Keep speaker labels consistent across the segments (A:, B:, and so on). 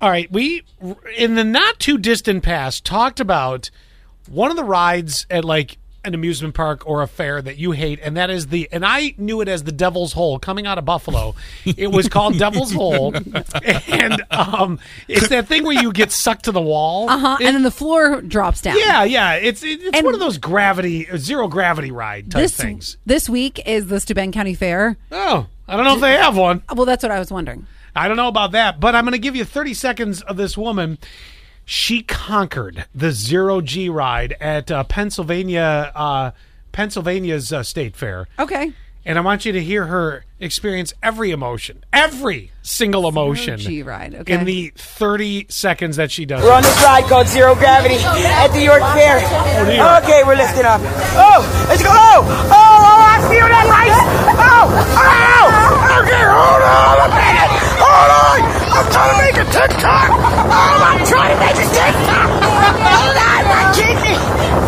A: All right, we in the not too distant past talked about one of the rides at like an amusement park or a fair that you hate, and that is the and I knew it as the Devil's Hole coming out of Buffalo. It was called Devil's Hole, and um, it's that thing where you get sucked to the wall.
B: Uh huh. And then the floor drops down.
A: Yeah, yeah. It's it- it's
B: And-
A: one of those gravity zero gravity ride type
B: This
A: things.
B: this week is the Steuben County Fair.
A: Oh, I don't know if they have one.
B: Well, that's what I was wondering.
A: I don't know about that, but I'm going to give you 30 seconds of this woman. She conquered the zero G ride at uh, Pennsylvania, uh, Pennsylvania's uh, state fair,
B: Okay.
A: and I want you to hear her experience every emotion, every single emotion
B: G ride. Okay.
A: in the 30 seconds that she does.
C: We're on this ride called Zero Gravity at the York Fair. Okay, we're lifting up. Oh, let's go. Oh, oh, oh I feel that light. Oh, oh, okay, hold on a minute. Hold on. I'm trying to make a TikTok. Oh, I'm trying to make a TikTok. Hold on, my kidney.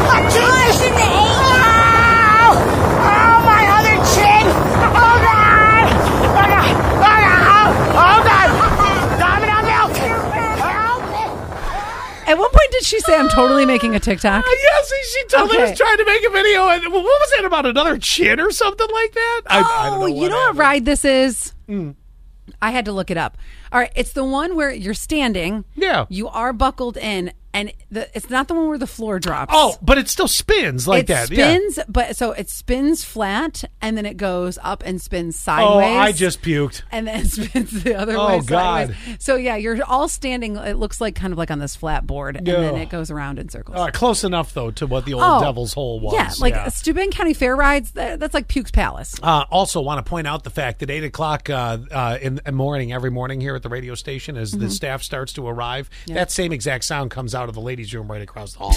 C: My kidney. Oh, oh, my other chin. Hold on. Hold on. Hold on. Hold on. Domino milk. Help me.
B: At what point did she say, "I'm totally making a TikTok"?
A: Uh, Yes, she- she totally
B: Okay.
A: was trying to make a video. And, well, what was that about another chin or something like that? I, I don't
B: oh,
A: know
B: you
A: what
B: know what
A: happened.
B: ride this is?
A: Mm.
B: I had to look it up. All right, it's the one where you're standing.
A: Yeah.
B: You are buckled in, and the, it's not the one where the floor drops.
A: Oh, but it still spins like
B: it
A: that. yeah.
B: spins, but so it spins flat, and then it goes up and spins
A: Oh,
B: sideways.
A: I just puked.
B: and then it spins the other
A: Oh,
B: way.
A: God.
B: sideways. So yeah, you're all standing. It looks like kind of like on this flat board,
A: Yeah.
B: and then it goes around in circles.
A: Uh, close enough though to what the old
B: Oh,
A: Devil's Hole was.
B: Yeah, like Steuben County Fair rides. That, that's like Puke's Palace.
A: Uh, also, want to point out the fact that eight o'clock uh, uh, in the morning, every morning here at the radio station, as
B: Mm-hmm.
A: the staff starts to arrive, that same exact sound comes out of the ladies' room right across the hall.